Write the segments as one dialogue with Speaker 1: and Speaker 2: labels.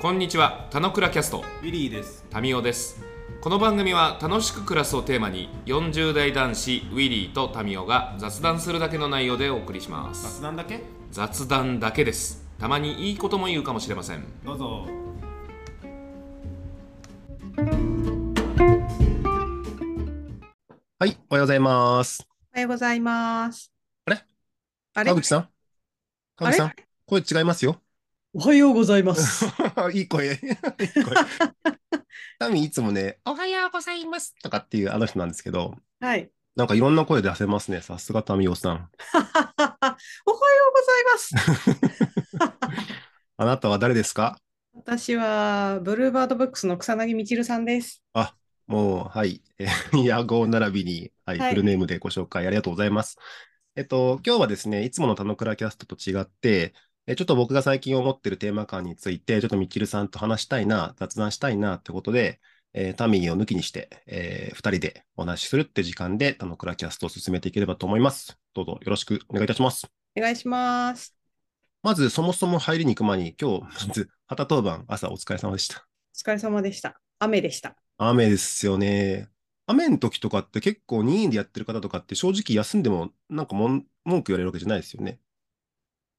Speaker 1: こんにちは、たのくらキャスト、
Speaker 2: ウィリーです。
Speaker 1: タミオです。この番組は楽しく暮らすをテーマに、40代男子ウィリーとタミオが雑談するだけの内容でお送りします。
Speaker 2: 雑談だけ
Speaker 1: 雑談だけです。たまにいいことも言うかもしれません。
Speaker 2: どうぞ。
Speaker 3: はい、おはようございます。
Speaker 4: おはようございます。
Speaker 3: あれ
Speaker 4: あれ
Speaker 3: 川口さん川口さ
Speaker 4: あ
Speaker 3: ん声違い ますよ。
Speaker 4: おはようございます。
Speaker 3: いい 声。いい声。タミいつもね、おはようございますとかっていうあの人なんですけど、
Speaker 4: はい。
Speaker 3: なんかいろんな声出せますね。さすがタミオさん。
Speaker 4: おはようございます。
Speaker 3: あなたは誰ですか
Speaker 4: 私は、ブルーバードブックスの草薙みちるさんです。
Speaker 3: もう、はい。 えー、野号並びに、はい、
Speaker 4: はい
Speaker 3: フルネームでご紹介ありがとうございます。えっと、今日はですね、いつもの田野倉キャストと違って、えちょっと僕が最近思ってるテーマ感について、ちょっとみちるさんと話したいな、雑談したいなってことで、えータミーを抜きにして、え2人でお話しするって時間で、田野倉キャストを進めていければと思います。どうぞよろしくお願いいたします。
Speaker 4: お願いします。
Speaker 3: まず、そもそも入りに行く前に、今日、まず、旗当番、朝お疲れ様でした。
Speaker 4: お疲れ様でした。雨でした。
Speaker 3: 雨ですよね。雨の時とかって結構任意でやってる方とかって正直休んでもなんかもん文句言われるわけじゃないですよね。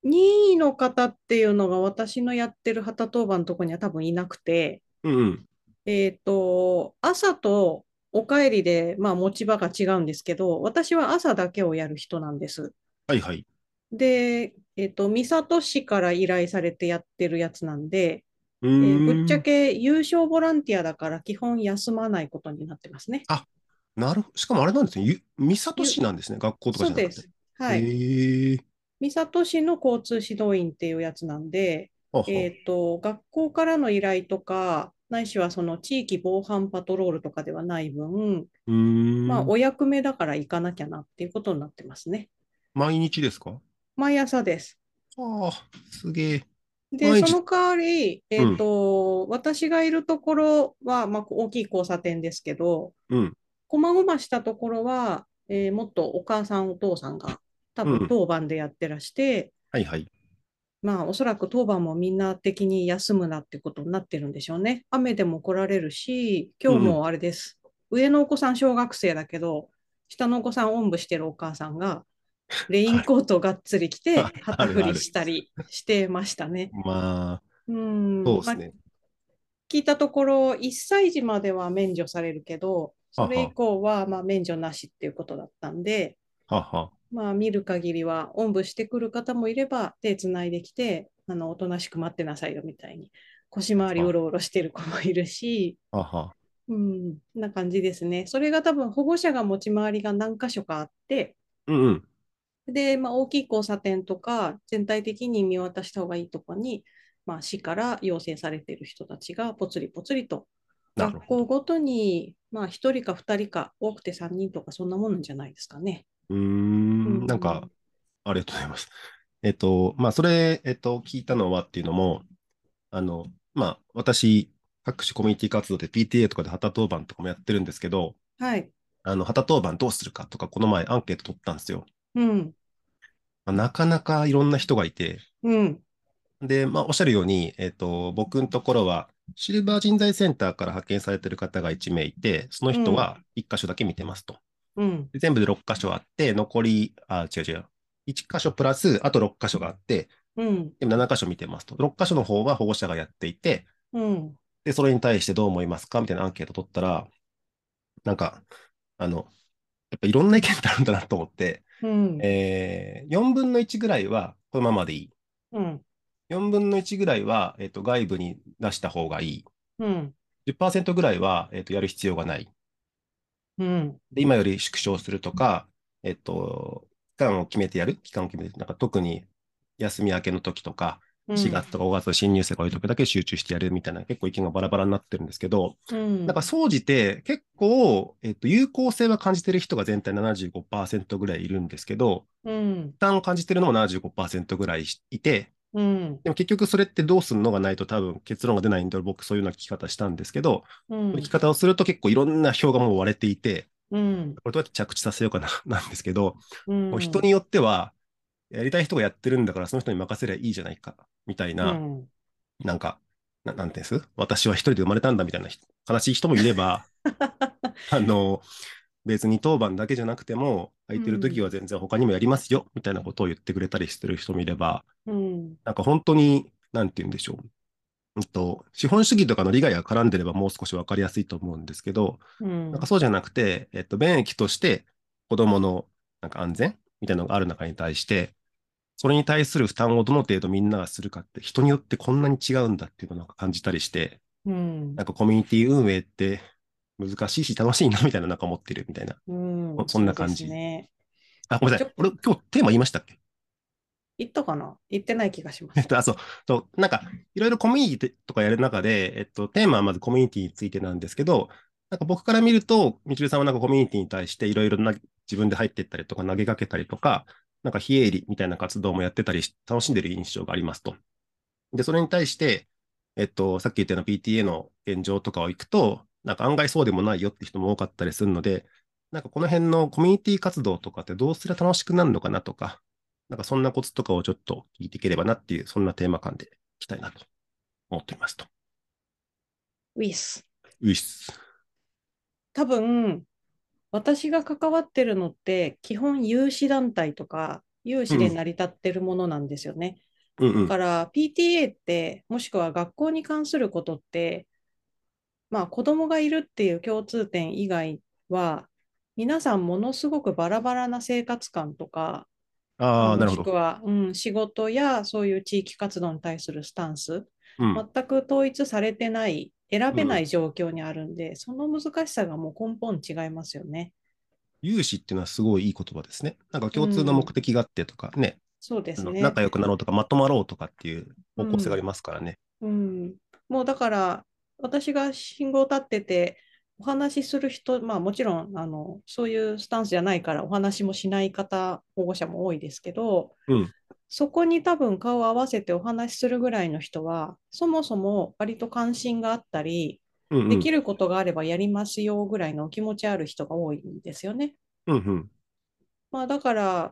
Speaker 4: 2位の方っていうのが私のやってる旗当番のとこには多分いなくて、
Speaker 3: うんうん。
Speaker 4: えっと、朝とお帰りで、まあ持ち場が違うんですけど、私は朝だけをやる人なんです。
Speaker 3: はいはい。
Speaker 4: で、えっと、三郷市から依頼されてやってるやつなんで、
Speaker 3: う
Speaker 4: え
Speaker 3: ー
Speaker 4: ー
Speaker 3: ん。
Speaker 4: ぶっちゃけ優勝ボランティアだから基本休まないことになってますね。
Speaker 3: なるほしかもあれなんですね。ゆ三郷市なんですね。学校とか
Speaker 4: そ
Speaker 3: じ
Speaker 4: う
Speaker 3: ゃな
Speaker 4: で
Speaker 3: くて。
Speaker 4: す。はい。
Speaker 3: へえ。
Speaker 4: 三郷市の交通指導員っていうやつなんで、
Speaker 3: あは
Speaker 4: えっと、学校からの依頼とか、ないしはその地域防犯パトロールとかではない分、
Speaker 3: うーん。
Speaker 4: まあ、お役目だから行かなきゃなっていうことになってますね。
Speaker 3: 毎日ですか
Speaker 4: 毎朝です。
Speaker 3: ああ、すげえ。
Speaker 4: で、
Speaker 3: 毎
Speaker 4: そ
Speaker 3: 日
Speaker 4: の代わり、えっと、私がいるところは、まあ、大きい交差点ですけど、
Speaker 3: うん。
Speaker 4: こまごましたところは、えーもっとお母さん、お父さんが多
Speaker 3: う
Speaker 4: 分
Speaker 3: ん
Speaker 4: 当番でやってらして、
Speaker 3: はいはい。
Speaker 4: まあおそらく当番もみんな的に休むなってことになってるんでしょうね。雨でも来られるし、今日もあれです。上のお子さん小学生だけど、下のお子さんおんぶしてるお母さんが、レインコートがっつり着て、
Speaker 3: はい
Speaker 4: 旗振
Speaker 3: あるあ
Speaker 4: り
Speaker 3: る
Speaker 4: したりしてましたね。
Speaker 3: まあ、
Speaker 4: うん。
Speaker 3: そうです
Speaker 4: まあ
Speaker 3: ね。
Speaker 4: 聞いたところ、1歳児までは免除されるけど、それ以降はまあ免除なしっていうことだったんで、
Speaker 3: はは。
Speaker 4: まあ見る限りは、おんぶしてくる方もいれば、手つないできて、あの、おとなしく待ってなさいよみたいに、腰回りうろうろしてる子もいるし、
Speaker 3: はは。
Speaker 4: うん、そんな感じですね。それが多分保護者が持ち回りが何箇所かあって、
Speaker 3: うんうん。
Speaker 4: で、まあ大きい交差点とか、全体的に見渡した方がいいとこに、まあ市から要請されている人たちがぽつりぽつりと、
Speaker 3: なる
Speaker 4: 学
Speaker 3: ほ
Speaker 4: 校
Speaker 3: ど。
Speaker 4: ごとに、まあ一人か二人か、多くて三人とか、そんなもんなんじゃないですかね。
Speaker 3: うーん。なん
Speaker 4: うん
Speaker 3: か、ありがとうございます。えっと、まあ、それ、えっと、聞いたのはっていうのも、あの、まあ、私、各種コミュニティ活動で PTA とかで旗当番とかもやってるんですけど、
Speaker 4: はい。
Speaker 3: あの、旗当番どうするかとか、この前アンケート取ったんですよ。
Speaker 4: うん。
Speaker 3: まあなかなかいろんな人がいて、
Speaker 4: うん。
Speaker 3: で、まあ、おっしゃるように、えっと、僕のところは、シルバー人材センターから派遣されてる方が1名いて、その人は1箇所だけ見てますと。
Speaker 4: うん。
Speaker 3: で全部で6箇所あって、残り、あ、違う違う。1箇所プラス、あと6箇所があって、
Speaker 4: うん。
Speaker 3: でも7箇所見てますと。6箇所の方は保護者がやっていて、
Speaker 4: うん。
Speaker 3: で、それに対してどう思いますかみたいなアンケート取ったら、なんか、あの、やっぱいろんな意見ってあるんだなと思って、
Speaker 4: うん。
Speaker 3: えー、4分の1ぐらいはこのままでいい。
Speaker 4: うん。
Speaker 3: 4分の1ぐらいは、えっと、外部に出した方がいい。
Speaker 4: うん。
Speaker 3: 10%ぐらいは、えっと、やる必要がない。
Speaker 4: うん。
Speaker 3: で、今より縮小するとか、えっと、期間を決めてやる。期間を決めて、なんか特に休み明けの時とか、4月とか5月の新入生が多い時だけ集中してやるみたいな、結構意見がバラバラになってるんですけど、
Speaker 4: うん。
Speaker 3: なんか総じて結構、えっと、有効性は感じてる人が全体75%ぐらいいるんですけど、
Speaker 4: うん。
Speaker 3: 負担を感じてるのも75%ぐらいいて、
Speaker 4: うん。
Speaker 3: でも結局それってどうするのがないと多分結論が出ないんで、僕そういうような聞き方したんですけど、
Speaker 4: うん。
Speaker 3: 聞き方をすると結構いろんな票がもう割れていて、
Speaker 4: うん。
Speaker 3: これどうやって着地させようかな、なんですけど、
Speaker 4: うん。
Speaker 3: もう人によっては、やりたい人がやってるんだからその人に任せりゃいいじゃないか、みたいな、
Speaker 4: うん。
Speaker 3: なんか、ななんていうんです私は一人で生まれたんだみたいな人悲しい人もいれ ば、あの、別に当番だけじゃなくても、空いてる時は全然他にもやりますよ、みたいなことを言ってくれたりしてる人もいれば、
Speaker 4: うん。
Speaker 3: なんか本当に、なんて言うんでしょう。うんと、資本主義とかの利害が絡んでればもう少しわかりやすいと思うんですけど、
Speaker 4: うん。
Speaker 3: なんかそうじゃなくて、えっと、便益として子供のなんか安全みたいなのがある中に対して、それに対する負担をどの程度みんながするかって、人によってこんなに違うんだっていうのをなんか感じたりして、
Speaker 4: うん
Speaker 3: なんかコミュニティ運営って難しいし楽しいなみたいななんか思ってるみたいな。
Speaker 4: うん
Speaker 3: そそんな感じ
Speaker 4: そうですね。
Speaker 3: あ、ごめんなさい。俺今日テーマ言いましたっけ
Speaker 4: 言ったかな言ってない気がし ま
Speaker 3: え
Speaker 4: す
Speaker 3: っ。と、あ、そう、そうなんか、いろいろコミュニティとかやる中で、えっと、テーマはまずコミュニティについてなんですけど、なんか僕から見ると、みちるさんはなんかコミュニティに対していろいろな自分で入っていったりとか投げかけたりとか、なんか非営利みたいな活動もやってたりし、楽しんでる印象がありますと。で、それに対して、えっと、さっき言ったような PTA の現状とかを行くと、なんか案外そうでもないよって人も多かったりするので、なんかこの辺のコミュニティ活動とかってどうすれば楽しくなるのかなとか、なんかそんなコツとかをちょっと聞いていければなっていう、そんなテーマ感でいきたいなと思っていますと。
Speaker 4: ウィス。
Speaker 3: ういっす。
Speaker 4: 多分、私が関わってるのって、基本有志団体とか、有志で成り立ってるものなんですよね。
Speaker 3: うんう
Speaker 4: だ
Speaker 3: ん。
Speaker 4: から PTA ってもしくは学校に関することってまあ子供がいるっていう共通点以外は皆さんものすごくバラバラな生活感とか
Speaker 3: ああ、なる
Speaker 4: も
Speaker 3: ほ
Speaker 4: しく
Speaker 3: ど。
Speaker 4: は、うん、仕事やそういう地域活動に対するスタンス
Speaker 3: うん。うん
Speaker 4: 全く統一されてない選べない状況にあるんで、その難しさがもう根本違いますよね。
Speaker 3: 融資っていうのはすごいいい言葉ですね。なんか共通の目的があってとかね、
Speaker 4: そうです
Speaker 3: あの
Speaker 4: ね。
Speaker 3: 仲良くなろうとかまとまろうとかっていう方向性がありますからね。
Speaker 4: うん、もうだから私が信号立っててお話しする人、まあ、もちろんあのそういうスタンスじゃないからお話もしない方保護者も多いですけど、
Speaker 3: うん
Speaker 4: そこに多分顔を合わせてお話しするぐらいの人はそもそも割と関心があったり
Speaker 3: うんうん。
Speaker 4: できることがあればやりますよぐらいのお気持ちある人が多いんですよね。
Speaker 3: うんうん。
Speaker 4: まあだから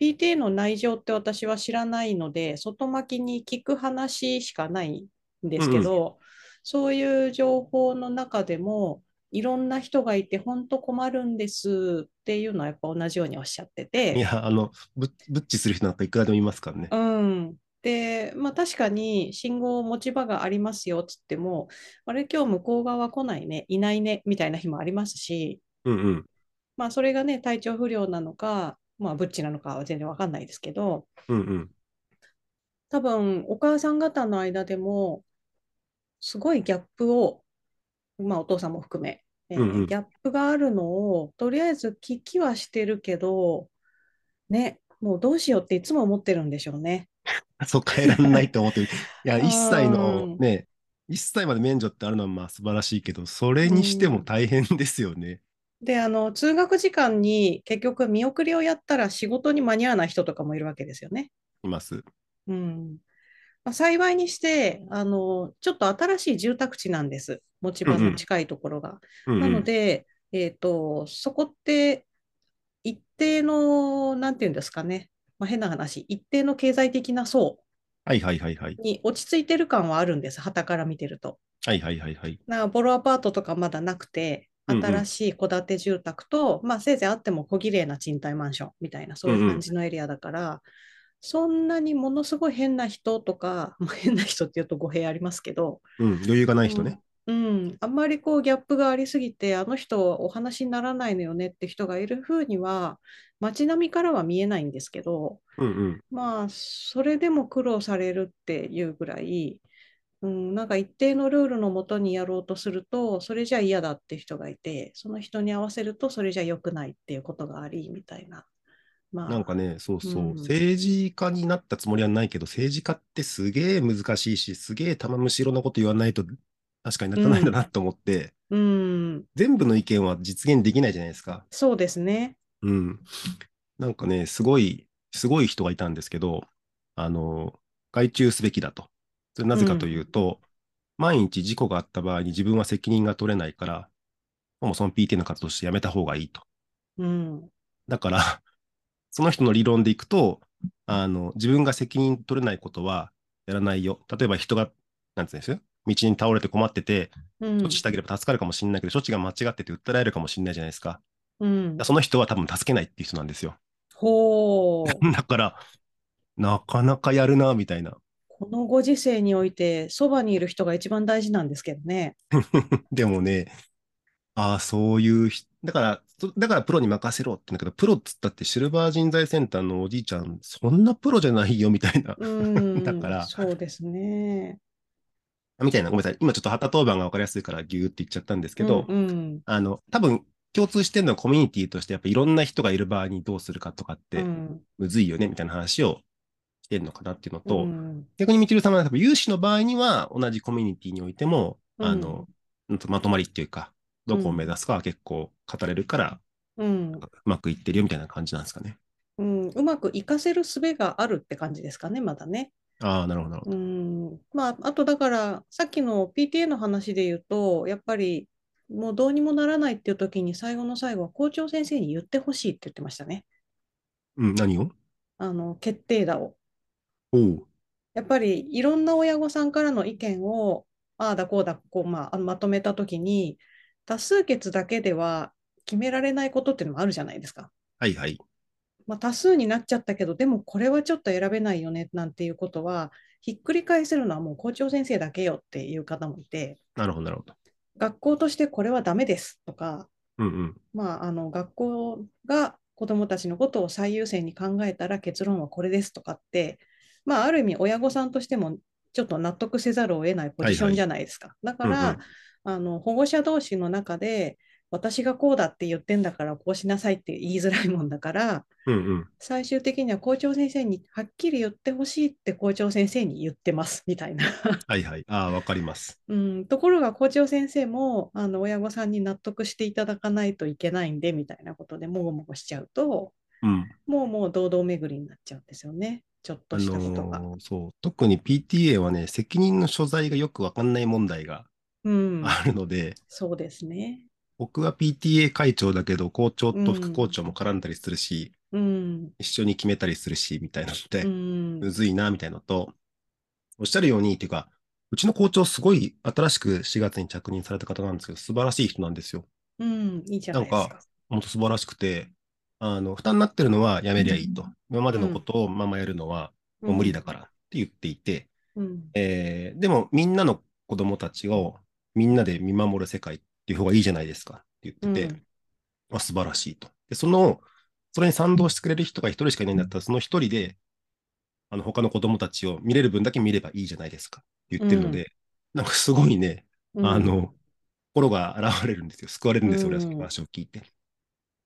Speaker 4: PTA の内情って私は知らないので外巻きに聞く話しかないんですけど、そういう情報の中でもいろんな人がいて本当困るんですっていうのはやっぱ同じようにおっしゃってて。
Speaker 3: いや、あの、ぶぶっちする人なんかいくらでもいますからね。
Speaker 4: うん。で、まあ確かに信号持ち場がありますよっつっても、あれ今日向こう側来ないね、いないねみたいな日もありますし、
Speaker 3: うんうん。
Speaker 4: まあそれがね、体調不良なのか、まあブッチなのかは全然わかんないですけど、
Speaker 3: うんうん。
Speaker 4: 多分お母さん方の間でもすごいギャップを、まあ、お父さんも含め、えー
Speaker 3: うんうん
Speaker 4: ギャップがあるのをとりあえず聞きはしてるけどねもうどうしようっていつも思ってるんでしょうね。
Speaker 3: そう変えらんないと思ってる。 いや、
Speaker 4: うん
Speaker 3: 1歳のね、1歳まで免除ってあるのはまあ素晴らしいけど、それにしても大変ですよね。
Speaker 4: であの通学時間に結局見送りをやったら仕事に間に合わない人とかもいるわけですよね。
Speaker 3: います。
Speaker 4: うんまあ、幸いにしてあのちょっと新しい住宅地なんです持ち場の近いところが。
Speaker 3: うんうん
Speaker 4: なので、えーと、そこって一定の、なんていうんですかね、まあ、変な話、一定の経済的な層
Speaker 3: はいはいはいはい。
Speaker 4: に落ち着いてる感はあるんです、傍から見てると。
Speaker 3: はいはいはいはい。
Speaker 4: なボロアパートとかまだなくて、
Speaker 3: うんうん
Speaker 4: 新しい戸建て住宅と、まあ、せいぜいあっても小綺麗な賃貸マンションみたいな、そういう感じのエリアだから、そんなにものすごい変な人とか、まあ、変な人っていうと語弊ありますけど、
Speaker 3: うん、余裕がない人ね。
Speaker 4: うん、うんあんまりこうギャップがありすぎて、あの人はお話にならないのよねって人がいる風には、街並みからは見えないんですけど、
Speaker 3: うんうん。
Speaker 4: まあ、それでも苦労されるっていうぐらい、うん、なんか一定のルールのもとにやろうとすると、それじゃ嫌だって人がいて、その人に合わせると、それじゃ良くないっていうことがあり、みたいな。ま
Speaker 3: なんか
Speaker 4: あ、
Speaker 3: ね、そうそう、
Speaker 4: うん
Speaker 3: 政治家になったつもりはないけど、政治家ってすげえ難しいし、すげえ玉虫色のこと言わないと、確かにならないんだなと思って、
Speaker 4: うん、
Speaker 3: 全部の意見は実現できないじゃないですか。
Speaker 4: そうですね。
Speaker 3: うん。なんかね、すごい、すごい人がいたんですけど、あの、外注すべきだと。それなぜかというと、万一事故があった場合に自分は責任が取れないから、もうその PT の活動してやめた方がいいと。
Speaker 4: うん、
Speaker 3: だから、 その人の理論でいくと、あの、自分が責任取れないことはやらないよ。例えば人が、なんて言うんですよ。道に倒れて困ってて、
Speaker 4: うん
Speaker 3: 処置したければ助かるかもしれないけど、処置が間違ってて訴えられるかもしれないじゃないですか。
Speaker 4: うん
Speaker 3: だからその人は多分助けないっていう人なんですよ。
Speaker 4: ほう
Speaker 3: だから、なかなかやるな、みたいな。
Speaker 4: このご時世においてそばにいる人が一番大事なんですけどね。
Speaker 3: でもね、ああ、そういうひ、だから、そだからプロに任せろって言うんだけど、プロっつったってシルバー人材センターのおじいちゃん、そんなプロじゃないよ、みたいな。
Speaker 4: う ん、
Speaker 3: だから
Speaker 4: そうですね。
Speaker 3: みたいな、ごめんなさい。今ちょっと旗当番が分かりやすいからギューって言っちゃったんですけど、
Speaker 4: うんうん
Speaker 3: あの、多分共通してるのはコミュニティとして、やっぱいろんな人がいる場合にどうするかとかっ
Speaker 4: う
Speaker 3: て、
Speaker 4: ん
Speaker 3: むずいよね、みたいな話をしてるのかなっていうのと、
Speaker 4: うん
Speaker 3: 逆にみちるさんは多分有志の場合には、同じコミュニティにおいても、あの、うんとまとまりっていうか、どこを目指すかは結構語れるから、
Speaker 4: うん
Speaker 3: うまくいってるよみたいな感じなんですかね。
Speaker 4: うん、うまく活かせる術があるって感じですかね、まだね。
Speaker 3: ああ、なるほど。なるほど
Speaker 4: うん、まあ、あとだから、さっきの PTA の話で言うと、やっぱりもうどうにもならないっていう時に、最後の最後は校長先生に言ってほしいって言ってましたね、
Speaker 3: うん、何を
Speaker 4: あの決定打を。
Speaker 3: おう。
Speaker 4: やっぱりいろんな親御さんからの意見をああだこうだこう、まあ、あのまとめたときに多数決だけでは決められないことっていうのもあるじゃないですか。
Speaker 3: はいはい。
Speaker 4: まあ、多数になっちゃったけどでもこれはちょっと選べないよねなんていうことはひっくり返せるのはもう校長先生だけよっていう方もいて
Speaker 3: なるほど、なるほど。
Speaker 4: 学校としてこれはダメですとか、
Speaker 3: うんうん。
Speaker 4: まあ、あの学校が子どもたちのことを最優先に考えたら結論はこれですとかって、まあ、ある意味親御さんとしてもちょっと納得せざるを得ないポジションじゃないですか。だから、あの保護者同士の中で私がこうだって言ってんだからこうしなさいって言いづらいもんだから
Speaker 3: うんうん。
Speaker 4: 最終的には校長先生にはっきり言ってほしいって校長先生に言ってますみたいな。
Speaker 3: はいはい。ああ、わかります。
Speaker 4: うん、ところが校長先生もあの親御さんに納得していただかないといけないんでみたいなことでもごもごしちゃうと
Speaker 3: うん。
Speaker 4: もうもう堂々巡りになっちゃうんですよねちょっと
Speaker 3: あ
Speaker 4: したことが。
Speaker 3: のーそう。特に PTA はね、責任の所在がよくわかんない問題が
Speaker 4: うん、
Speaker 3: あるので、
Speaker 4: そうですね。
Speaker 3: 僕は PTA 会長だけど、校長と副校長も絡んだりするし、
Speaker 4: うん、
Speaker 3: 一緒に決めたりするし、みたいなので、
Speaker 4: うん、
Speaker 3: むずいな、みたいなのと、おっしゃるように、っていうか、うちの校長すごい新しく4月に着任された方なんですけど、素晴らしい人なんですよ。
Speaker 4: うん、いいじゃないです
Speaker 3: なんか本当素晴らしくて、あの、負担になってるのはやめりゃいいと。今までのことをままやるのはもう無理だからって言っていて、
Speaker 4: うん、
Speaker 3: えーでもみんなの子供たちをみんなで見守る世界っていう方がいいじゃないですかって
Speaker 4: う
Speaker 3: 言
Speaker 4: ん、
Speaker 3: ってて、あ素晴らしいと。で、その、それに賛同してくれる人が一人しかいないんだったら、その一人で、あの、他の子供たちを見れる分だけ見ればいいじゃないですかって言ってるので、なんかすごいね、
Speaker 4: うん
Speaker 3: あ、の、心が現れるんですよ。救われるんですよ、
Speaker 4: うん
Speaker 3: 俺はその話を聞いて。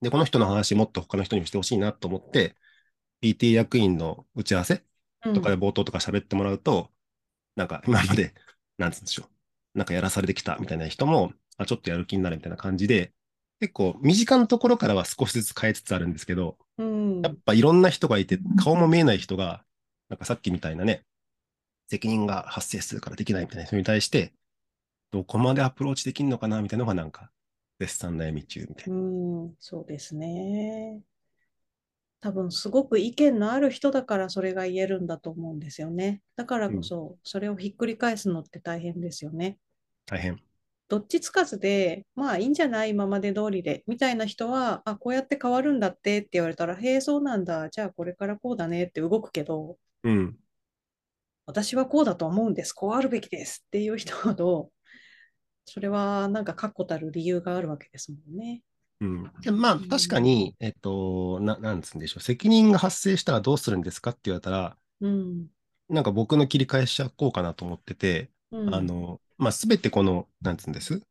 Speaker 3: で、この人の話もっと他の人にもしてほしいなと思って、PT 役員の打ち合わせ
Speaker 4: うん
Speaker 3: とかで冒頭とか喋ってもらうと、なんか 今まで、なんつうんでしょう、なんかやらされてきたみたいな人も、あ、ちょっとやる気になるみたいな感じで、結構身近なところからは少しずつ変えつつあるんですけど、
Speaker 4: うん
Speaker 3: やっぱいろんな人がいて、顔も見えない人が、なんかさっきみたいなね、責任が発生するからできないみたいな人に対して、どこまでアプローチできるのかなみたいなのがなんか、絶賛悩み中みたいうな。
Speaker 4: ん、そうですね。多分すごく意見のある人だからそれが言えるんだと思うんですよね。だからこそ、それをひっくり返すのって大変ですよね。
Speaker 3: 大変。
Speaker 4: どっちつかずで、まあいいんじゃない今まで通りで、みたいな人は、あ、こうやって変わるんだってって言われたら、へえ、そうなんだ。じゃあこれからこうだねって動くけど、
Speaker 3: うん。
Speaker 4: 私はこうだと思うんです。こうあるべきですっていう人ほど、それはなんか確固たる理由があるわけですもんね。
Speaker 3: うん、でまあ、確かに、えっと、ななんつうんでしょう、責任が発生したらどうするんですかって言われたら、
Speaker 4: うん。
Speaker 3: なんか僕の切り返しはこうかなと思ってて、
Speaker 4: うん
Speaker 3: あ、の、まあ、すべてこの、なんつうんです、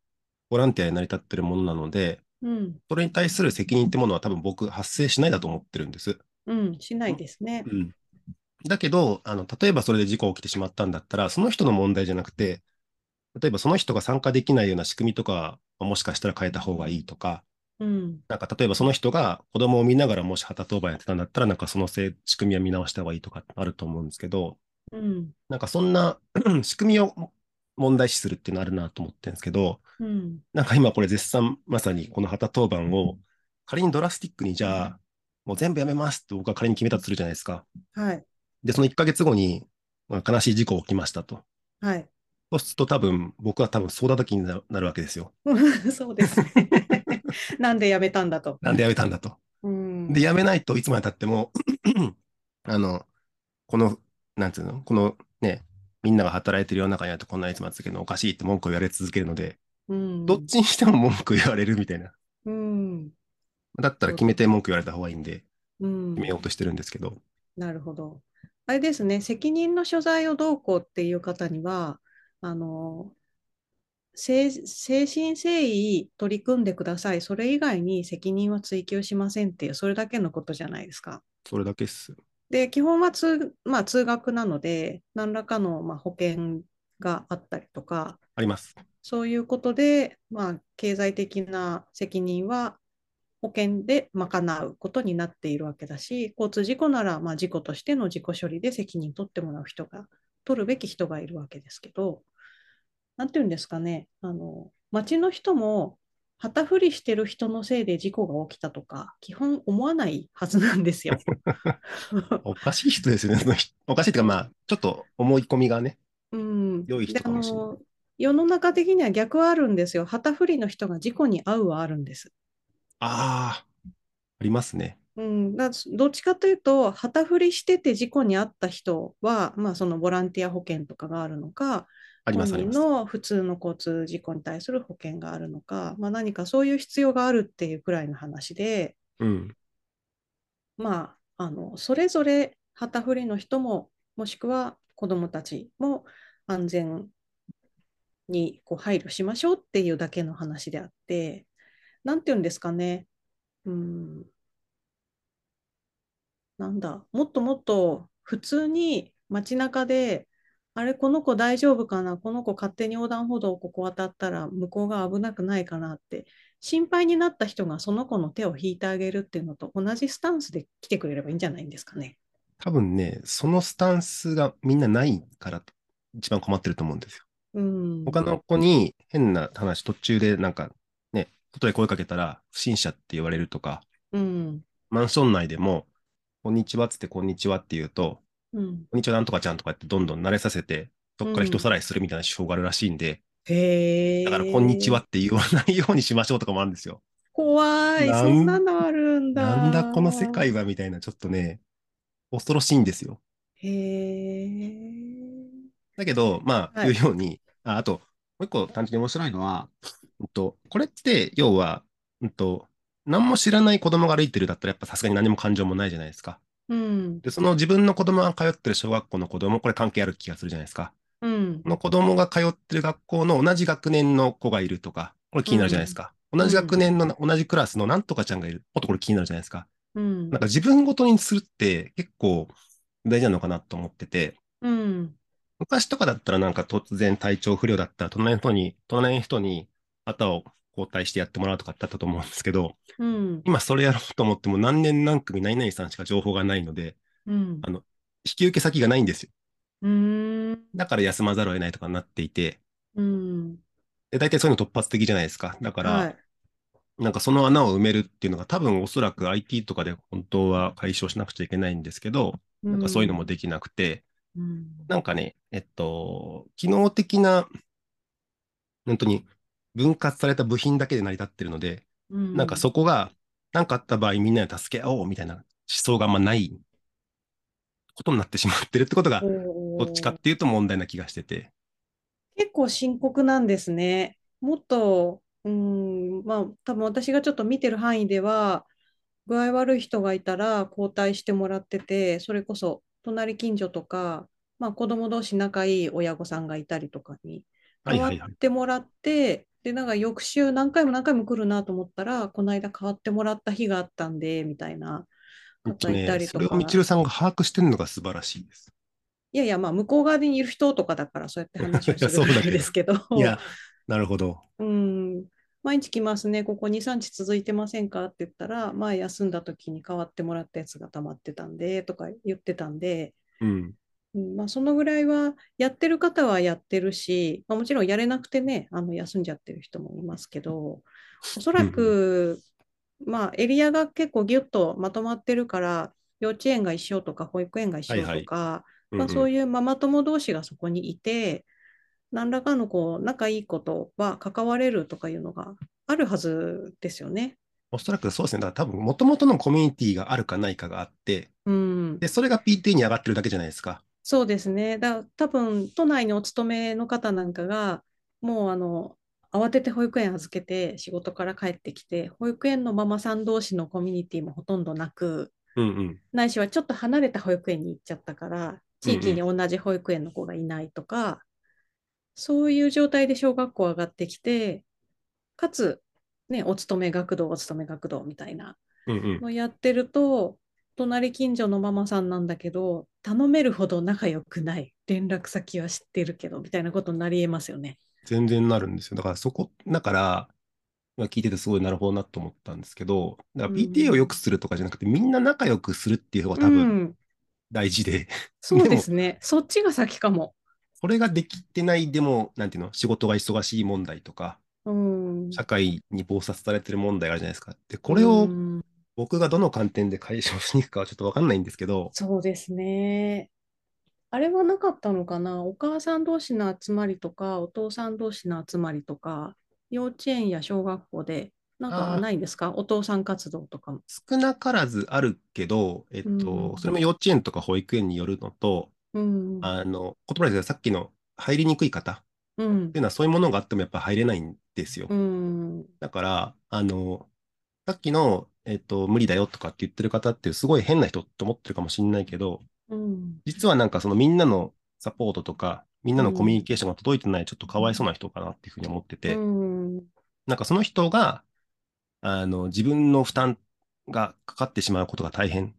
Speaker 3: ボランティアに成り立ってるものなので、
Speaker 4: うん。
Speaker 3: それに対する責任ってものは多分僕発生しないだと思ってるんです。
Speaker 4: うん、しないですね。
Speaker 3: だけど、あの、例えばそれで事故起きてしまったんだったら、その人の問題じゃなくて、例えばその人が参加できないような仕組みとかは、もしかしたら変えた方がいいとか、
Speaker 4: うん、
Speaker 3: なんか例えばその人が子供を見ながらもし旗当番やってたんだったら、なんかそのせい仕組みは見直した方がいいとかあると思うんですけど、
Speaker 4: うん、
Speaker 3: なんかそんな仕組みを問題視するっていうのあるなと思ってるんですけど、
Speaker 4: うん、
Speaker 3: なんか今これ絶賛まさにこの旗当番を仮にドラスティックにじゃあもう全部やめますって僕が仮に決めたとするじゃないですか。
Speaker 4: はい、
Speaker 3: で、その1ヶ月後にまあ悲しい事故起きましたと。
Speaker 4: はい、
Speaker 3: そうすると多分、僕は多分相談時にななるわけですよ。
Speaker 4: そうです ね。なんで辞めたんだと。
Speaker 3: なんで辞めたんだと。
Speaker 4: うん、
Speaker 3: で、辞めないといつまでたっても、 あの、この、なんていうの、このね、みんなが働いてる世の中にあってこんないつまで続けるのおかしいって文句を言われ続けるので、
Speaker 4: うん、
Speaker 3: どっちにしても文句言われるみたいな。
Speaker 4: うん、
Speaker 3: だったら決めて文句言われた方がいいんで、
Speaker 4: うん
Speaker 3: 決めようとしてるんですけど。
Speaker 4: なるほど。あれですね、責任の所在をどうこうっていう方には、あの、精誠心誠意取り組んでください。それ以外に責任は追及しませんっていう、それだけのことじゃないですか。
Speaker 3: それだけっす。
Speaker 4: で、基本は通、まあ、通学なので、何らかの、まあ、保険があったりとか、
Speaker 3: あります。
Speaker 4: そういうことで、まあ、経済的な責任は保険で賄うことになっているわけだし、交通事故なら、まあ、事故としての自己処理で責任取ってもらう人が、取るべき人がいるわけですけど、なんていうんですかね、あの、町の人も旗振りしてる人のせいで事故が起きたとか、基本思わないはずなんですよ。
Speaker 3: おかしい人ですよね、その人。おかしいっていうか、まあ、ちょっと思い込みがね。
Speaker 4: うん、
Speaker 3: 良い人
Speaker 4: で
Speaker 3: かもしれない
Speaker 4: あの世の中的には逆はあるんですよ。旗振りの人が事故に遭うはあるんです。
Speaker 3: ああ、ありますね。
Speaker 4: うん、だそどっちかというと、旗振りしてて事故に遭った人は、まあ、そのボランティア保険とかがあるのか、
Speaker 3: あります、あ
Speaker 4: 本
Speaker 3: り
Speaker 4: 人
Speaker 3: ます。
Speaker 4: の普通の交通事故に対する保険があるのか、まあ、何かそういう必要があるっていうくらいの話で、
Speaker 3: うん。
Speaker 4: まあ、あのそれぞれ旗振りの人も、もしくは子どもたちも安全にこう配慮しましょうっていうだけの話であって、なんて言うんですかね、うん、なんだ、もっともっと普通に街中で、あれ、この子大丈夫かな、この子勝手に横断歩道をここ渡ったら向こうが危なくないかなって心配になった人がその子の手を引いてあげるっていうのと同じスタンスで来てくれればいいんじゃないんですかね。
Speaker 3: 多分ね、そのスタンスがみんなないから、一番困ってると思うんですよ。
Speaker 4: うん。
Speaker 3: 他の子に変な話、途中でなんか、ね、外で声かけたら、不審者って言われるとか、
Speaker 4: うん。
Speaker 3: マンション内でも、こんにちはっつって、こんにちはって言うと、
Speaker 4: うん。
Speaker 3: こんにちはなんとかちゃんとかってどんどん慣れさせて、そこから人さらいするみたいな手法があるらしいんで、
Speaker 4: へえ。
Speaker 3: だから、こんにちは。って言わないようにしましょうとかもあるんですよ。
Speaker 4: 怖い。
Speaker 3: なん
Speaker 4: そんなのあるんだ。
Speaker 3: なんだこの世。界はみたいな、ちょっとね、恐ろしいんですよ。
Speaker 4: へえ。
Speaker 3: だけど、まあ、
Speaker 4: はい
Speaker 3: 言うように、ああと、もう一個単純に面白いのは、うんと、これって、要は、うんと、何も知らない子供が歩いてるだったら、やっぱさすがに何も感情もないじゃないですか。
Speaker 4: うん。
Speaker 3: で、その自分の子供が通ってる小学校の子供、これ関係ある気がするじゃないですか。
Speaker 4: うん
Speaker 3: こ。の子供が通ってる学校の同じ学年の子がいるとか、これ気になるじゃないですか。同じ学年の、同じクラスのなんとかちゃんがいる。もっとこれ気になるじゃないですか。
Speaker 4: うん。
Speaker 3: なんか自分ごとにするって結構大事なのかなと思ってて、
Speaker 4: うん。
Speaker 3: 昔とかだったらなんか突然体調不良だったら隣の人に、隣の人に肩を交代してやってもらうとかだったと思うんですけど、
Speaker 4: うん。
Speaker 3: 今それやろうと思っても何年何組何々さんしか情報がないので、
Speaker 4: うん。
Speaker 3: 引き受け先がないんですよ。
Speaker 4: うん。
Speaker 3: だから休まざるを得ないとかになっていて、
Speaker 4: うん。
Speaker 3: で大体そういうの突発的じゃないですか。だから、
Speaker 4: はい。
Speaker 3: なんかその穴を埋めるっていうのが多分おそらく IT とかで本当は解消しなくちゃいけないんですけど、なんかそういうのもできなくて、
Speaker 4: うん。
Speaker 3: なんかね、えっと、機能的な、本当に分割された部品だけで成り立ってるので、
Speaker 4: うん。
Speaker 3: なんかそこが、なんかあった場合みんなで助け合おうみたいな思想があんまないことになってしまってるってことが、ど
Speaker 4: ど
Speaker 3: っちかっていうと問題な気がしてて、
Speaker 4: 結構深刻なんですね。もっと、うん、まあ、多分私がちょっと見てる範囲では、具合悪い人がいたら交代してもらってて、それこそ隣近所とか、まあ、子供同士仲いい親御さんがいたりとかに、
Speaker 3: はい
Speaker 4: 代わ
Speaker 3: はいはい
Speaker 4: っ。てもらって、で、なんか翌週何回も何回も来るなと思ったら、この間代わってもらった日があったんで、みたいな
Speaker 3: 本当
Speaker 4: 方いた
Speaker 3: ね、
Speaker 4: り
Speaker 3: そ
Speaker 4: と
Speaker 3: れを
Speaker 4: か。
Speaker 3: みちるさんが把握してるのが素晴らしいです。
Speaker 4: いやいや、まあ、向こう側にいる人とかだから、そうやって話をす
Speaker 3: いや そう
Speaker 4: る
Speaker 3: だけど
Speaker 4: わけですけど。
Speaker 3: いや、なるほど。
Speaker 4: うん、毎日来ますね、ここ2、3日続いてませんかって言ったら、前休んだ時に代わってもらったやつが溜まってたんでとか言ってたんで、
Speaker 3: うん。
Speaker 4: うんまあ、そのぐらいはやってる方はやってるし、まあ、もちろんやれなくてね、あの休んじゃってる人もいますけど、おそらく、まあ、エリアが結構ギュッとまとまってるから、幼稚園が一緒とか保育園が一緒とか、
Speaker 3: はいはい
Speaker 4: まあ、そう
Speaker 3: い
Speaker 4: いうママ友同士がそこにいて、何らかのこう仲いいことは関われるとかいうのがあるはずですよね。
Speaker 3: おそらくそうですね。だから多分、もともとのコミュニティがあるかないかがあって、
Speaker 4: うん、
Speaker 3: で、それが PTA に上がってるだけじゃないですか。
Speaker 4: そうですね。だ多分都内にお勤めの方なんかがもうあの慌てて保育園預けて仕事から帰ってきて保育園のママさん同士のコミュニティもほとんどなく
Speaker 3: うんうん。
Speaker 4: ないしはちょっと離れた保育園に行っちゃったから地域に同じ保育園の子がいないとか、そういう状態で小学校上がってきてかつ、ね、お勤め学童お勤め学童みたいな
Speaker 3: うんうん。
Speaker 4: のやってると隣近所のママさんなんだけど頼めるほど仲良くない連絡先は知ってるけどみたいなことになりえますよね。
Speaker 3: 全然なるんですよ。だからそこ、だから、今聞いててすごいなるほどなと思ったんですけど、だから PTA を良くするとかじゃなくて、みんな仲良くするっていう方が多
Speaker 4: う
Speaker 3: 分
Speaker 4: ん、
Speaker 3: 大事で、
Speaker 4: そうですね。そっちが先かも。
Speaker 3: それができてない、でも、なんていうの、仕事が忙しい問題とか、
Speaker 4: うん、
Speaker 3: 社会に暴殺されてる問題があるじゃないですか。で、これを
Speaker 4: うん
Speaker 3: 僕がどの観点で解消しに行くかはちょっとわかんないんですけど、
Speaker 4: そうですね。あれはなかったのかな。お母さん同士の集まりとか、お父さん同士の集まりとか、幼稚園や小学校でなん
Speaker 3: あ
Speaker 4: か
Speaker 3: ー
Speaker 4: ないんですか。お父さん活動とかも。
Speaker 3: 少なからずあるけど、えっ
Speaker 4: う
Speaker 3: と
Speaker 4: ん、
Speaker 3: それも幼稚園とか保育園によるのと、
Speaker 4: うん、
Speaker 3: あの、言葉ですけど、さっきの入りにくい方っ
Speaker 4: うん
Speaker 3: ていうのはそういうものがあってもやっぱ入れないんですよ
Speaker 4: う。ん、
Speaker 3: だから、あの、さっきの、えっと、無理だよとかって言ってる方ってすごい変な人って思ってるかもしれないけど、
Speaker 4: うん。
Speaker 3: 実はなんかそのみんなのサポートとか、みんなのコミュニケーションが届いてない、ちょっとかわいそうな人かなっていうふうに思ってて、
Speaker 4: うん
Speaker 3: なんかその人が、あの、自分の負担がかかってしまうことが大変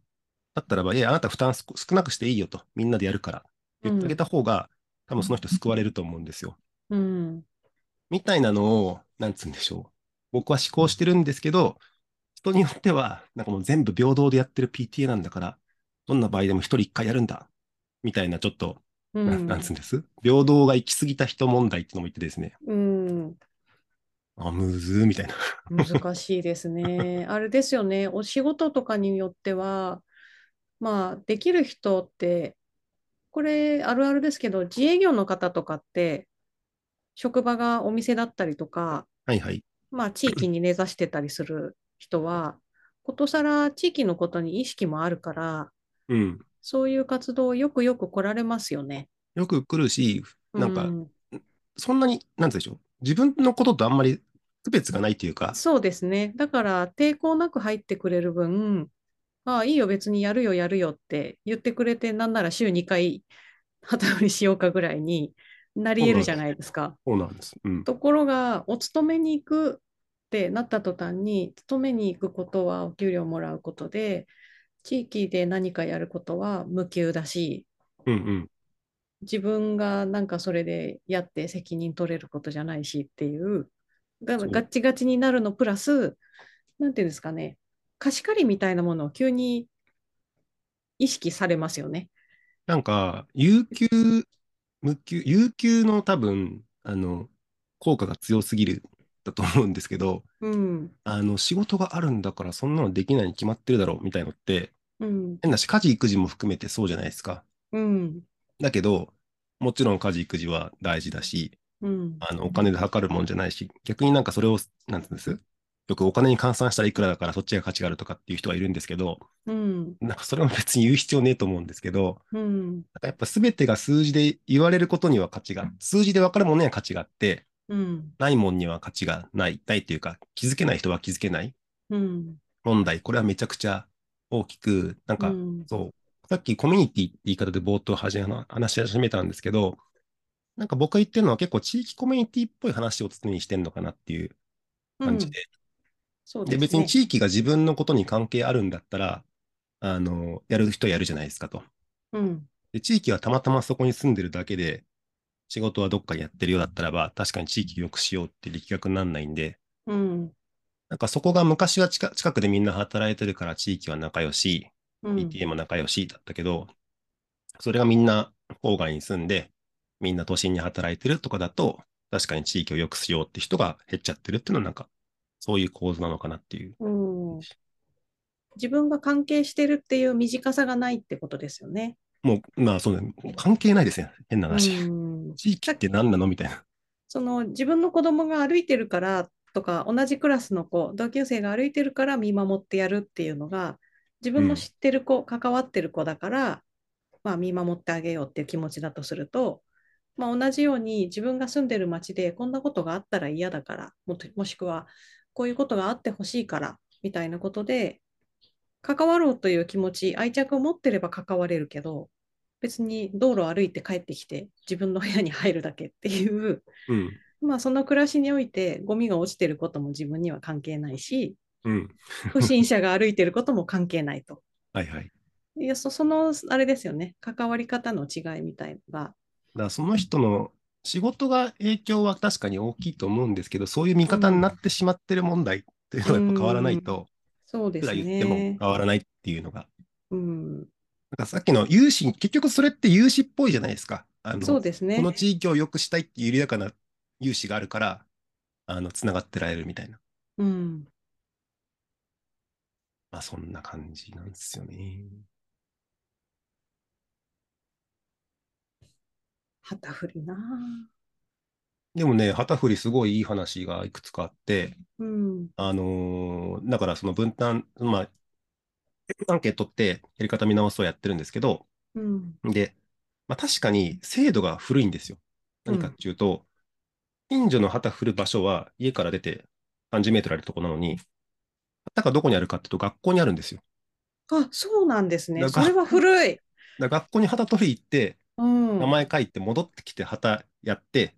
Speaker 3: だったらば、いや、あなた負担す少なくしていいよと、みんなでやるからって言ってあげた方が、多分その人救われると思うんですよ。
Speaker 4: うん、
Speaker 3: みたいなのを、なんつうんでしょう。僕は思考してるんですけど、人によっては、なんかもう全部平等でやってる PTA なんだから、どんな場合でも一人一回やるんだ。みたいな、ちょっと、
Speaker 4: う
Speaker 3: なんん、なんつうんです平等が行き過ぎた人問題ってのも言ってですね、
Speaker 4: うん、
Speaker 3: あ、むずーみたいな。
Speaker 4: 難しいですね。あれですよね、お仕事とかによっては、まあ、できる人って、これ、あるあるですけど、自営業の方とかって、職場がお店だったりとか、
Speaker 3: はいはい。
Speaker 4: まあ、地域に根ざしてたりする人は、ことさら地域のことに意識もあるから、
Speaker 3: うん。
Speaker 4: そういう活動、よくよく来られますよね。
Speaker 3: よく来るし、なんか
Speaker 4: う、
Speaker 3: そんなに、なんつうんでしょう。自分のこととあんまり区別がないというか、
Speaker 4: そうですね。だから抵抗なく入ってくれる分、ああ、いいよ、別にやるよ、やるよって言ってくれて、なんなら週2回旗振りしようかぐらいになり得るじゃないですか。
Speaker 3: そうなんです。うん。
Speaker 4: ところが、お勤めに行くってなった途端に、勤めに行くことはお給料もらうことで、地域で何かやることは無給だし、
Speaker 3: うんうん。
Speaker 4: 自分がなんかそれでやって責任取れることじゃないしっていう、だか
Speaker 3: そ
Speaker 4: ら
Speaker 3: う
Speaker 4: ガッチガチになるのプラス、なんていうんですかね、貸し借りみたいなものを急に意識されますよね。
Speaker 3: なんか、有給、無給、有給の多分、あの、効果が強すぎるだと思うんですけど、
Speaker 4: うん、
Speaker 3: あの、仕事があるんだからそんなのできないに決まってるだろうみたいのって、
Speaker 4: うん、
Speaker 3: 変だし、家事育児も含めてそうじゃないですか。
Speaker 4: うん、
Speaker 3: だけど、もちろん家事育児は大事だし、
Speaker 4: うん、
Speaker 3: あの、お金で測るもんじゃないし、逆になんかそれを、なんていうんですよくお金に換算したらいくらだからそっちが価値があるとかっていう人はいるんですけど、
Speaker 4: うん、
Speaker 3: なんかそれも別に言う必要ねえと思うんですけど、
Speaker 4: うん、
Speaker 3: なんかやっぱ全てが数字で言われることには価値が、数字で分かるものには価値があって、
Speaker 4: うん、
Speaker 3: ないもんには価値がない、ないというか、気づけない人は気づけない
Speaker 4: うん、
Speaker 3: 問題、これはめちゃくちゃ大きく、なんか、そう、さっきコミュニティって言い方で冒頭始め話し始めたんですけど、なんか僕が言ってるのは結構地域コミュニティっぽい話を常にしてるのかなっていう感じで、
Speaker 4: そう
Speaker 3: で、
Speaker 4: です
Speaker 3: 別
Speaker 4: ね
Speaker 3: に地域が自分のことに関係あるんだったら、あの、やる人はやるじゃないですかと。
Speaker 4: うん、
Speaker 3: で、地域はたまたまそこに住んでるだけで、仕事はどっかでやってるようだったらば、確かに地域を良くしようって力学になんないんで、
Speaker 4: うん、
Speaker 3: なんかそこが昔は近近くでみんな働いてるから地域は仲良し、
Speaker 4: うん、
Speaker 3: PTA も仲良しだったけど、それがみんな郊外に住んで、みんな都心に働いてるとかだと、確かに地域を良くしようって人が減っちゃってるっていうのはなんか、そういう構図なのかなっていう。
Speaker 4: うん。自分が関係してるっていう短さがないってことですよね。
Speaker 3: もう、まあ、そうね、関係ないですね。変な話。
Speaker 4: うん
Speaker 3: 地域って何なのみたいな。
Speaker 4: その自分の子供が歩いてるからとか同じクラスの子同級生が歩いてるから見守ってやるっていうのが自分の知ってる子、関わってる子だから、まあ、見守ってあげようっていう気持ちだとすると、まあ、同じように自分が住んでる町でこんなことがあったら嫌だからもともしくはこういうことがあってほしいからみたいなことで関わろうという気持ち愛着を持ってれば関われるけど別に道路を歩いて帰ってきて自分の部屋に入るだけっていう
Speaker 3: うん。
Speaker 4: まあその暮らしにおいてゴミが落ちてることも自分には関係な いし
Speaker 3: うん。
Speaker 4: 不審者が歩いてることも関係ないと。
Speaker 3: はいはい。だか
Speaker 4: いやそそのあれですよね関わり方の違いみたいのが。
Speaker 3: らその人の仕事が影響は確かに大きいと思うんですけど、そういう見方になってしまってる問題っていうのはやっぱ変わらないと、
Speaker 4: そうで
Speaker 3: いく
Speaker 4: す
Speaker 3: ら言っても
Speaker 4: ね
Speaker 3: 変。わらないっていうのが。
Speaker 4: うん、
Speaker 3: なんかさっきの融資、結局それって融資っぽいじゃないですか。あの
Speaker 4: そうですね
Speaker 3: こ。の地域を良くしたいっていう緩やかな融資があるから、あの、つながってられるみたいな。
Speaker 4: うん、
Speaker 3: まあ、そんな感じなんですよね。
Speaker 4: 旗振りな。
Speaker 3: でもね、旗振りすごいいい話がいくつかあって、
Speaker 4: うん、
Speaker 3: あのーだからその分担、まあ、アンケートってやり方見直すをやってるんですけど、
Speaker 4: うん、
Speaker 3: で、まあ、確かに制度が古いんですよ。何かっていうと、近所の旗振る場所は家から出て30メートルあるとこなのに、旗がどこにあるかっていうと学校にあるんですよ。
Speaker 4: あそうなんですね。
Speaker 3: なん
Speaker 4: そ
Speaker 3: か
Speaker 4: れは古い。
Speaker 3: だから学校に旗取り行って、
Speaker 4: うん、
Speaker 3: 名前書いて戻ってきて旗やって、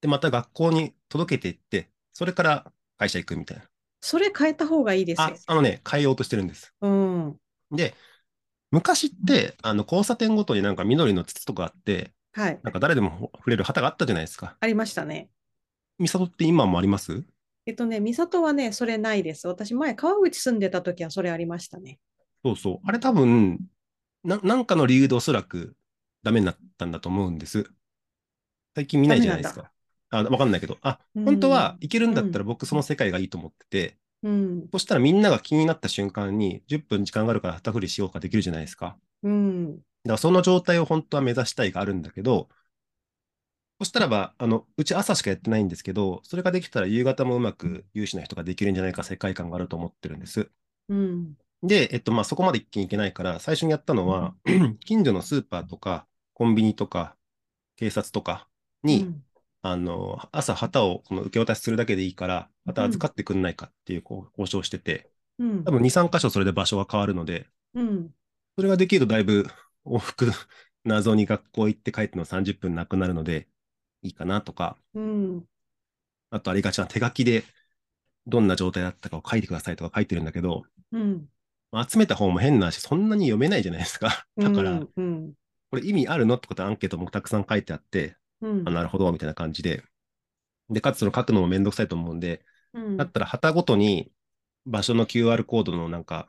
Speaker 3: で、また学校に届けていって、それから会社行くみたいな。
Speaker 4: それ変えた方がいいですよ
Speaker 3: あ、あのね、変えようとしてるんです。
Speaker 4: うん。
Speaker 3: で、昔って、あの、交差点ごとになんか緑の筒とかあって、
Speaker 4: はい、
Speaker 3: なんか誰でも触れる旗があったじゃないですか。
Speaker 4: ありましたね。
Speaker 3: ミサトって今もあります
Speaker 4: えっとね、美里はね、それないです。私、前、川口住んでた時はそれありましたね。
Speaker 3: そうそう。あれ多分、な、なんかの理由でおそらくダメになったんだと思うんです。最近見ないじゃないですか。あ、わかんないけど。あ、
Speaker 4: うん
Speaker 3: 本当はいけるんだったら僕その世界がいいと思ってて、
Speaker 4: うん、
Speaker 3: そしたらみんなが気になった瞬間に10分時間があるから旗振りしようかできるじゃないですか。
Speaker 4: う
Speaker 3: だ
Speaker 4: ん、
Speaker 3: からその状態を本当は目指したいがあるんだけど、そしたらば、あの、うち朝しかやってないんですけど、それができたら夕方もうまく有志の人ができるんじゃないか世界観があると思ってるんです。
Speaker 4: うん。
Speaker 3: で、えっと、まあ、そこまで一気にいけないから、最初にやったのは、 近所のスーパーとか、コンビニとか、警察とかに、
Speaker 4: うん
Speaker 3: あの、朝旗をこの受け渡しするだけでいいから、旗預かってくんないかっていうこう交渉してて、
Speaker 4: うん
Speaker 3: 多分2、3箇所それで場所が変わるので、
Speaker 4: うん
Speaker 3: それができるとだいぶ往復謎に学校行って帰っての30分なくなるので、いいかなとか、
Speaker 4: うん
Speaker 3: あとありがちな手書きで、どんな状態だったかを書いてくださいとか書いてるんだけど、
Speaker 4: うん
Speaker 3: 集めた方も変なし、そんなに読めないじゃないですか。だから、
Speaker 4: うんうん
Speaker 3: これ意味あるのってことはアンケートもたくさん書いてあって、
Speaker 4: うん
Speaker 3: あなるほど、みたいな感じで。で、かつその書くのもめんどくさいと思うんで、
Speaker 4: うん
Speaker 3: だったら旗ごとに場所の QR コードのなんか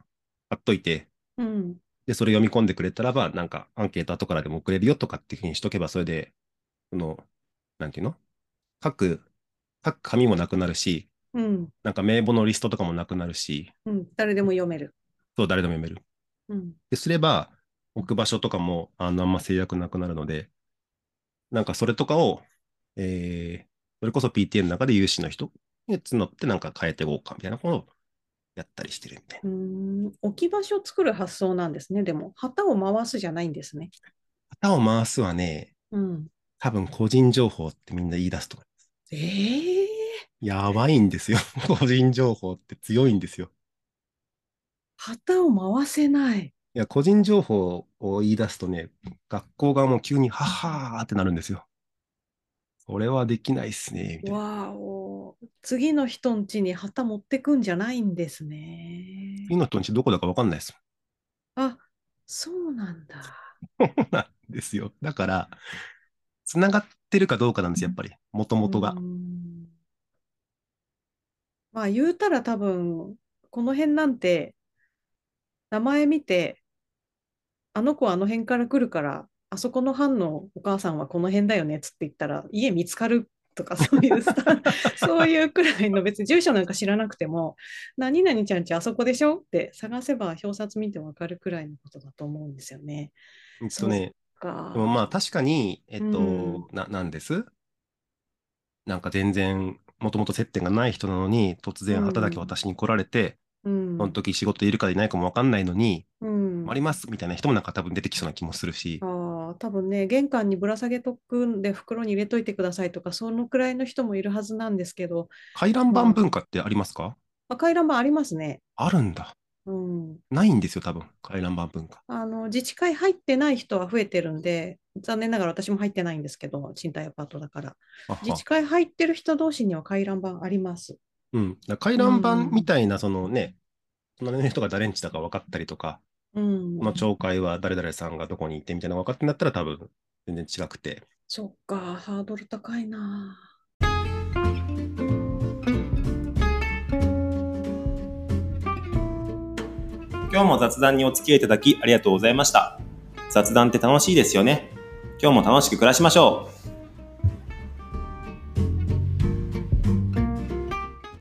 Speaker 3: 貼っといて、
Speaker 4: うん
Speaker 3: で、それ読み込んでくれたらば、なんかアンケート後からでも送れるよとかっていうふうにしとけば、それで、その、なんていうの書く、書く紙もなくなるし、
Speaker 4: うん
Speaker 3: なんか名簿のリストとかもなくなるし、
Speaker 4: うん誰でも読める。
Speaker 3: そう、誰でも読める。
Speaker 4: うん
Speaker 3: ですれば、置く場所とかもあのあんま制約なくなるので、なんかそれとかを、えー、それこそ PTA の中で有志の人に募ってなんか変えていこうかみたいなことをやったりしてるみたいうな。
Speaker 4: ん置き場所を作る発想なんですね。でも旗を回すじゃないんですね。
Speaker 3: 旗を回すはね、
Speaker 4: うん
Speaker 3: 多分個人情報ってみんな言い出すとか。
Speaker 4: ええ
Speaker 3: やばいんですよ。個人情報って強いんですよ。
Speaker 4: 旗を回せない。
Speaker 3: いや、個人情報を言い出すとね、学校側も急に、はっはーってなるんですよ。それはできないっすね、みたいな。
Speaker 4: わお次の人ん家に旗持ってくんじゃないんですね
Speaker 3: 次。の人のちどこだかわかんないです。
Speaker 4: あそうなんだ。
Speaker 3: そうなんですよ。だから、つながってるかどうかなんですよ、やっぱり。もともとが
Speaker 4: う。んまあ言うたら多分この辺なんて名前見てあの子はあの辺から来るからあそこの班のお母さんはこの辺だよねっつって言ったら家見つかると かそういうスタそういうくらいの別に住所なんか知らなくても何々ちゃんちあそこでしょって探せば表札見てわかるくらいのことだと思うんですよね。
Speaker 3: えっとね、
Speaker 4: か
Speaker 3: でもまあ確かに、えっと、
Speaker 4: うん
Speaker 3: な、なんですなんか全然、もともと接点がない人なのに、突然旗だけ私に来られて、
Speaker 4: うん
Speaker 3: その時仕事いるかいないかもわかんないのに、
Speaker 4: うん
Speaker 3: ありますみたいな人もなんか多分出てきそうな気もするし、
Speaker 4: ああ、多分ね、玄関にぶら下げとくんで袋に入れといてくださいとか、そのくらいの人もいるはずなんですけど、
Speaker 3: 回覧板文化ってありますか
Speaker 4: 赤いランバーありますね。
Speaker 3: あるんだ。
Speaker 4: うん。
Speaker 3: ないんですよ、多分。回覧板文化。
Speaker 4: あの、自治会入ってない人は増えてるんで、残念ながら私も入ってないんですけど、賃貸アパートだから。
Speaker 3: あは
Speaker 4: 自治会入ってる人同士には回覧板あります。
Speaker 3: うん。だから回覧板みたいな、そのね、隣の人が誰んちだか分かったりとか、
Speaker 4: うん
Speaker 3: こ。の町会は誰々さんがどこに行ってみたいなのが分かってんだったら多分全然違くて。
Speaker 4: そっか、ハードル高いな。
Speaker 2: 今日も雑談にお付き合いいただきありがとうございました。雑談って楽しいですよね。今日も楽しく暮らしましょう。